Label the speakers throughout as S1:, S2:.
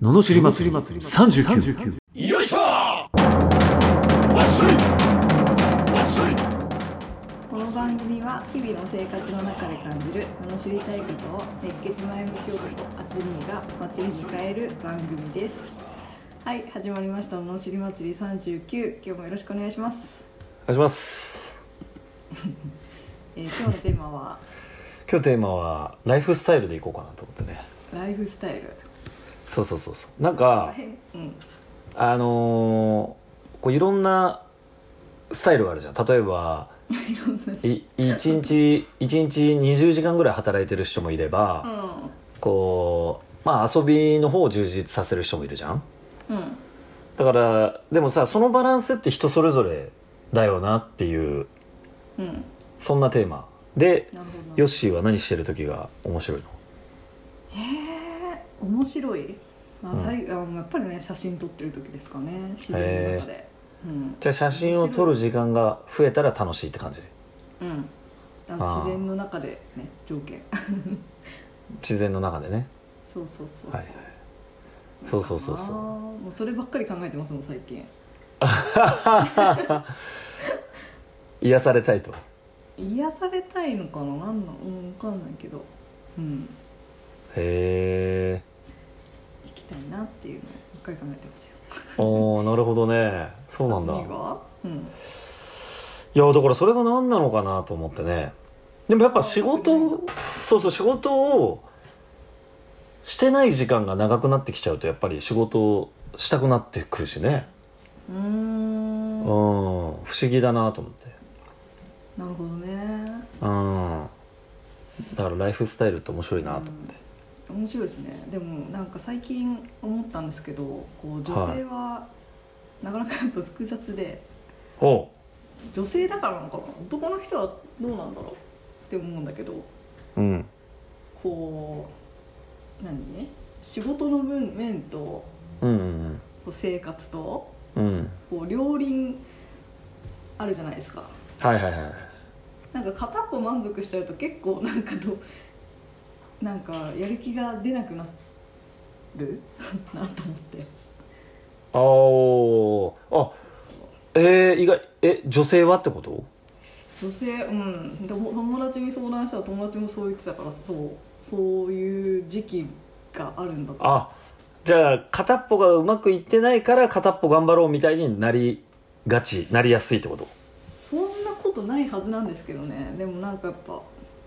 S1: ののしり祭り39
S2: よいしょわっしょいわっしょい
S3: この番組は日々の生活の中で感じるあの知りたいことを熱血前向き男アツニーが祭りに変える番組ですはい始まりました「の知り祭り39」今日もよろしくお願いします、
S4: お願いします
S3: えー、今日のテーマは
S4: 今日テーマはライフスタイルでいこうかなと思ってね
S3: ライフスタイル
S4: そうそうそうそうなんか
S3: はいうん
S4: あのーこういろんなスタイルがあるじゃん例えば
S3: いろんな
S4: い一日一日20時間ぐらい働いてる人もいれば、こうまあ遊びの方を充実させる人もいるじゃん
S3: うんうん
S4: だからでもさそのバランスって人それぞれだよなっていう
S3: うん
S4: そんなテーマで
S3: なるほどな
S4: ヨッシーは何してる時が面白いの
S3: えー、面白い、まあ、最後あのやっぱりね写真撮ってる時ですかね自然の中で、うん
S4: じゃあ写真を撮る時間が増えたら楽しいって感じ
S3: うん、
S4: あ
S3: あ
S4: ー
S3: の自然の中でね条件
S4: 自然の中でね
S3: そうそうそうそう、
S4: はいはいそうそうそう
S3: あー
S4: そう
S3: もうそればっかり考えてますもん最近
S4: 癒されたいと
S3: 癒されたいのかななんのうん分かんないけどうん
S4: へえ
S3: 行きたいなっていうのをばっかり考えてますよ
S4: おーなるほどねそうなんだ
S3: 次はうん
S4: いやだからそれが何なのかなと思ってねでもやっぱ仕事をそうそう仕事をしてない時間が長くなってきちゃうとやっぱり仕事をしたくなってくるしね
S3: うー
S4: うんん
S3: なる
S4: 不思議だなと思って
S3: ほどね
S4: うんだからライフスタイルって面白いなと思って
S3: 面白いですねでもなんか最近思ったんですけどこう女性はなかなかやっぱ複雑で
S4: おう
S3: 女性だからなのかな男の人はどうなんだろうって思うんだけど
S4: うん
S3: こう何仕事の分面とこ
S4: うんうん
S3: う生活と
S4: うんうん
S3: こう両輪あるじゃないですか
S4: はいはいはい
S3: なんか片っぽ満足しちゃうと結構なんかどなんかやる気が出なくなる なと思って
S4: あーあ
S3: そう
S4: えー、意外え女性はってこと
S3: 女性うんでも友達に相談したら友達もそう言ってたからそうそういう時期があるんだと
S4: あじゃあ片っぽがうまくいってないから片っぽ頑張ろうみたいになりがちなりやすいってこと
S3: そんなことないはずなんですけどねでもなんかやっぱ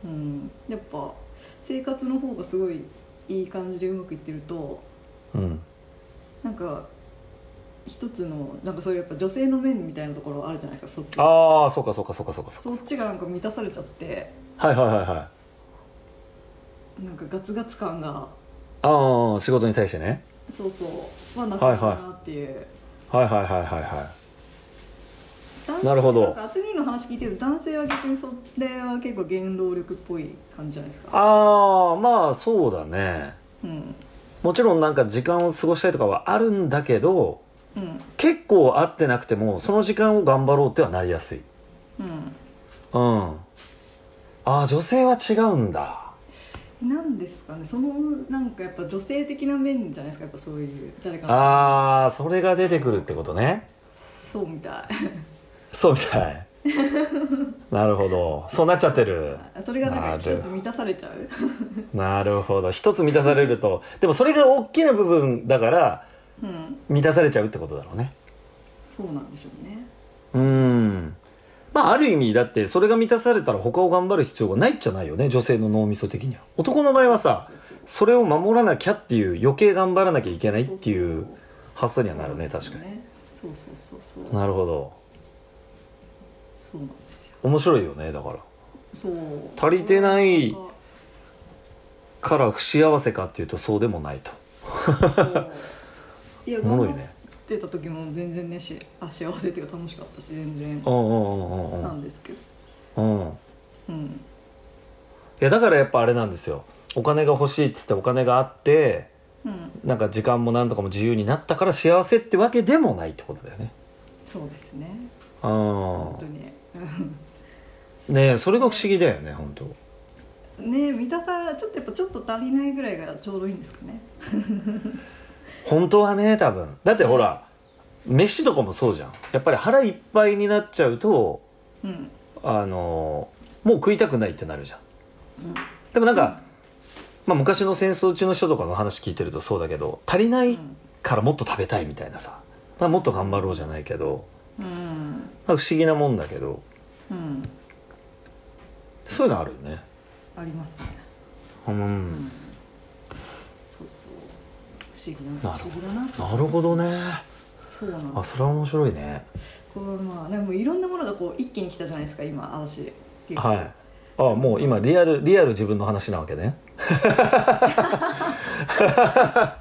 S3: うんやっぱ生活の方がすごいいい感じでうまくいってると
S4: うん
S3: なんか一つのなんかそういうやっぱ女性の面みたいなところあるじゃないですかそっち
S4: ああそうかそうかそうかそうかそう
S3: そっちがなんか満たされちゃって
S4: かはいはいはいはい
S3: なんかガツガツ感が
S4: ああ仕事に対してね
S3: そうそうはなくなるなっていう。
S4: はいはいはいはいは
S3: 男性
S4: なるほど
S3: なんか厚木の話聞いてると男性は逆にそれは結構原動力っぽい感じじゃないですか
S4: ああまあそうだね
S3: うん
S4: もちろんなんか時間を過ごしたいとかはあるんだけど
S3: うん
S4: 結構合ってなくてもその時間を頑張ろうってはなりやすい
S3: う
S4: うんああ女性は違うんだ
S3: んなんですかねそのなんかやっぱ女性的な面じゃないですかやっぱそういう誰かの
S4: ああそれが出てくるってことね
S3: そうみた
S4: そうみた いなるほどそうなっちゃってる
S3: いそれがなんか
S4: な
S3: 一
S4: る
S3: つ満たされちゃう
S4: なるほど一つ満たされるとでもそれが大きな部分だから
S3: うん
S4: 満たされちゃうってことだろうね
S3: そうなんでしょうね
S4: うんまあある意味だってそれが満たされたら他を頑張る必要がないじゃないよね女性の脳みそ的には男の場合はさ
S3: そうそうそう
S4: それを守らなきゃっていう余計頑張らなきゃいけないっていう発想に
S3: そ
S4: は
S3: う
S4: なるね確かに
S3: そうそうそうそう
S4: なるほど
S3: そうなんですよ
S4: 面白いよねだから
S3: そう
S4: 足りてない
S3: そう
S4: から不幸せかっていうとそうでもないと
S3: いや
S4: おもろ
S3: 頑張
S4: い
S3: っ
S4: ね
S3: てた時も全然ねしあ幸せっていうか楽しかったし全然
S4: うんうんうんう
S3: なん
S4: ん
S3: ですけど
S4: うんうん
S3: うん
S4: いやだからやっぱあれなんですよお金が欲しいっつってお金があって
S3: うん
S4: なんか時間も何とかも自由になったから幸せってわけでもないってことだよね
S3: そうですね本当
S4: う
S3: にね
S4: んねえそれが不思議だよね本当
S3: ねえ満たさちょっとやっぱちょっと足りないぐらいがちょうどいいんですかね
S4: 本当はね多分だってほら、飯とかもそうじゃんやっぱり腹いっぱいになっちゃうと
S3: うん
S4: あのもう食いたくないってなるじゃん、でもなんか、まあ、昔の戦争中の人とかの話聞いてるとそうだけど足りないからもっと食べたいみたいなさだからもっと頑張ろうじゃないけど
S3: うん
S4: なんか不思議なもんだけど
S3: うん
S4: そういうのあるよね
S3: ありますね
S4: うん
S3: そうそう不思議だ
S4: な
S3: な
S4: る
S3: 不
S4: ほど
S3: 思議だな
S4: なるほどね
S3: そうなの
S4: あそれは面白いね
S3: こうまあでもいろんなものがこう一気に来たじゃないですか今嵐結構
S4: はいあもう今リアルリアル自分の話なわけね は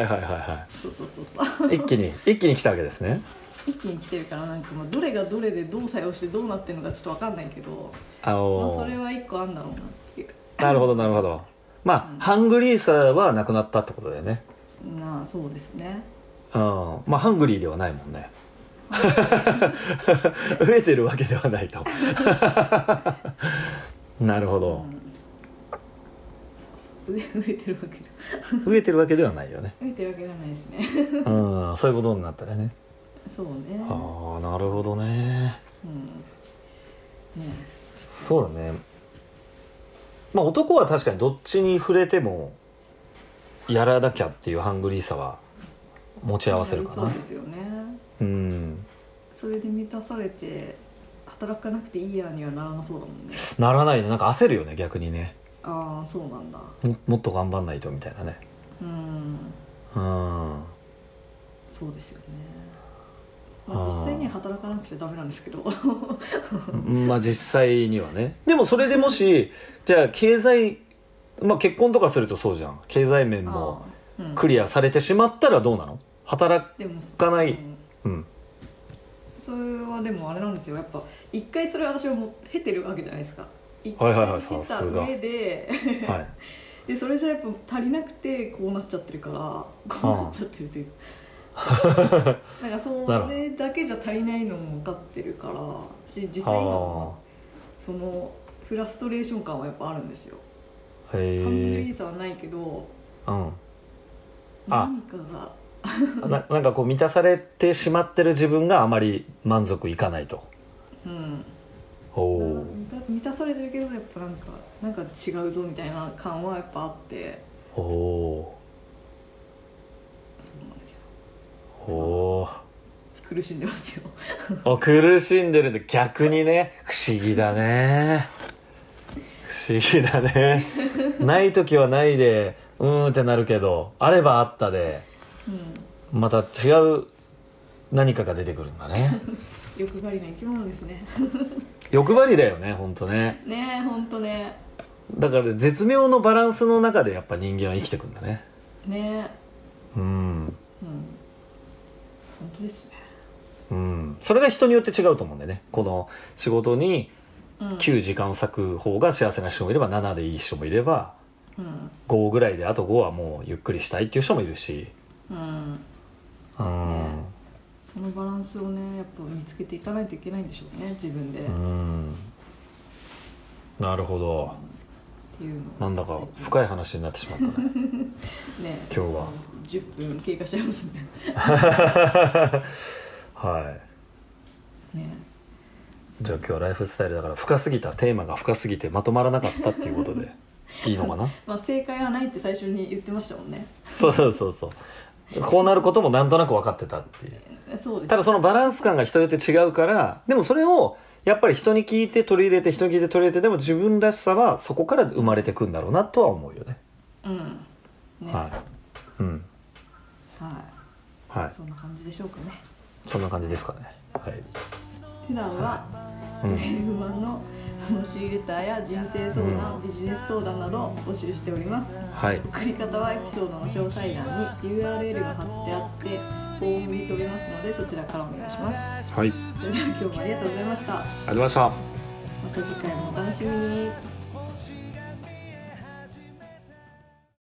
S4: いはいはいは
S3: そうそうそうそう
S4: い一気に一気に来たわけですね
S3: 一気に来てるからなんかもうどれがどれでどう作用してどうなってるのかちょっとわかんないけど、
S4: あ
S3: まあ、
S4: の
S3: それは一個あんだろうなっていう
S4: なるほどなるほどまあ、
S3: うん
S4: ハングリーさはなくなったってことだよね
S3: まあそうですね
S4: うんまあハングリーではないもんね 増えてるわけではないと なるほ
S3: う
S4: ど
S3: んそうそう 植え植えてるわけで
S4: 増えてるわけではないよね
S3: 植えてるわけじゃないですね
S4: うんそういうことになったらね
S3: そうね
S4: ああなるほどね
S3: うんね
S4: そうだねまあ男は確かにどっちに触れてもやらなきゃっていうハングリーさは持ち合わせるか
S3: そう
S4: な
S3: ですよね
S4: うん
S3: それで満たされて働かなくていいやにはならなそうだもんね
S4: ならないねなんか焦るよね逆にね
S3: ああそうなんだ
S4: ももっと頑張んないとみたいなね
S3: うん
S4: うん
S3: そうですよね、まあ、
S4: あー
S3: 実際には働かなくちゃダメなんですけど
S4: まあ実際にはねでもそれでもしじゃあ経済まあ結婚とかするとそうじゃん経済面も
S3: あーうん
S4: クリアされてしまったらどうなの働
S3: でも
S4: かない
S3: うん
S4: うん
S3: それはでもあれなんですよやっぱ一回それ私はもう経てるわけじゃないですか一
S4: はい
S3: 回
S4: はいはい
S3: 経
S4: さ
S3: た
S4: すが
S3: 上で
S4: はい
S3: でそれじゃやっぱ足りなくてこうなっちゃってるからこうなっちゃってるというかなんかそれだけじゃ足りないのも分かってるからし実際
S4: あ
S3: 今そのフラストレーション感はやっぱあるんですよ
S4: あ
S3: ハング
S4: へ
S3: リ
S4: え
S3: ーさはないけど
S4: うんあ
S3: 何かが
S4: ななんかこう満たされてしまってる自分があまり満足いかないと
S3: うん
S4: お
S3: な
S4: お
S3: んか満た満たされてるけどやっぱなんかなんか違うぞみたいな感はやっぱあって
S4: おお
S3: そうなんですよ
S4: ーお
S3: 苦しんでますよ
S4: ーあ苦しんでるんで逆にね不思議だね不思議だねない時はないでうーんってなるけどあればあったで
S3: うん
S4: また違う何かが出てくるんだね
S3: 欲張りな生き物ですね
S4: 欲張りだよねほんとね
S3: ねえほんとね
S4: だから絶妙のバランスの中でやっぱ人間は生きてくんだね
S3: ね
S4: うん
S3: えうん本当ですね
S4: うん、それが人によって違うと思うんだよねこの仕事に
S3: うん
S4: 9時間を割く方が幸せな人もいれば7でいい人もいれば
S3: うん
S4: 5ぐらいであと5はもうゆっくりしたいっていう人もいるし
S3: うん
S4: うん、
S3: そのバランスをねやっぱ見つけていかないといけないんでしょうね自分で、
S4: う
S3: っ
S4: ん、なるほど
S3: ていう
S4: な
S3: の
S4: んだか深い話になってしまったね
S3: いねえ
S4: 今日は
S3: 10分経過しちゃいますね
S4: はい
S3: ね
S4: じゃあ今日はライフスタイルだから深すぎたテーマが深すぎてまとまらなかったっていうことでいいのかな
S3: えまあ正解はないって最初に言ってましたもんね
S4: そうそうそうそうこうなることもなんとなく分かってたっていう
S3: えそうです
S4: ただそのバランス感が人によって違うからでもそれをやっぱり人に聞いて取り入れて人に聞いて取り入れてでも自分らしさはそこから生まれてくんだろうなとは思うよね
S3: うんね
S4: はいうん
S3: は
S4: はい
S3: い、そんな感じでしょうかね
S4: そんな感じですかねはい
S3: 普段は
S4: う
S3: ウ
S4: ん
S3: ェブマンの申し入れターや人生相談、ビジネス相談などを募集しております
S4: はい
S3: 送り方はエピソードの詳細欄に URL が貼ってあってフォームに飛べますのでそちらからお願いします
S4: はいありがとう
S3: それでは今日もありがとうございましたま
S4: ございました
S3: た次回もお楽しみに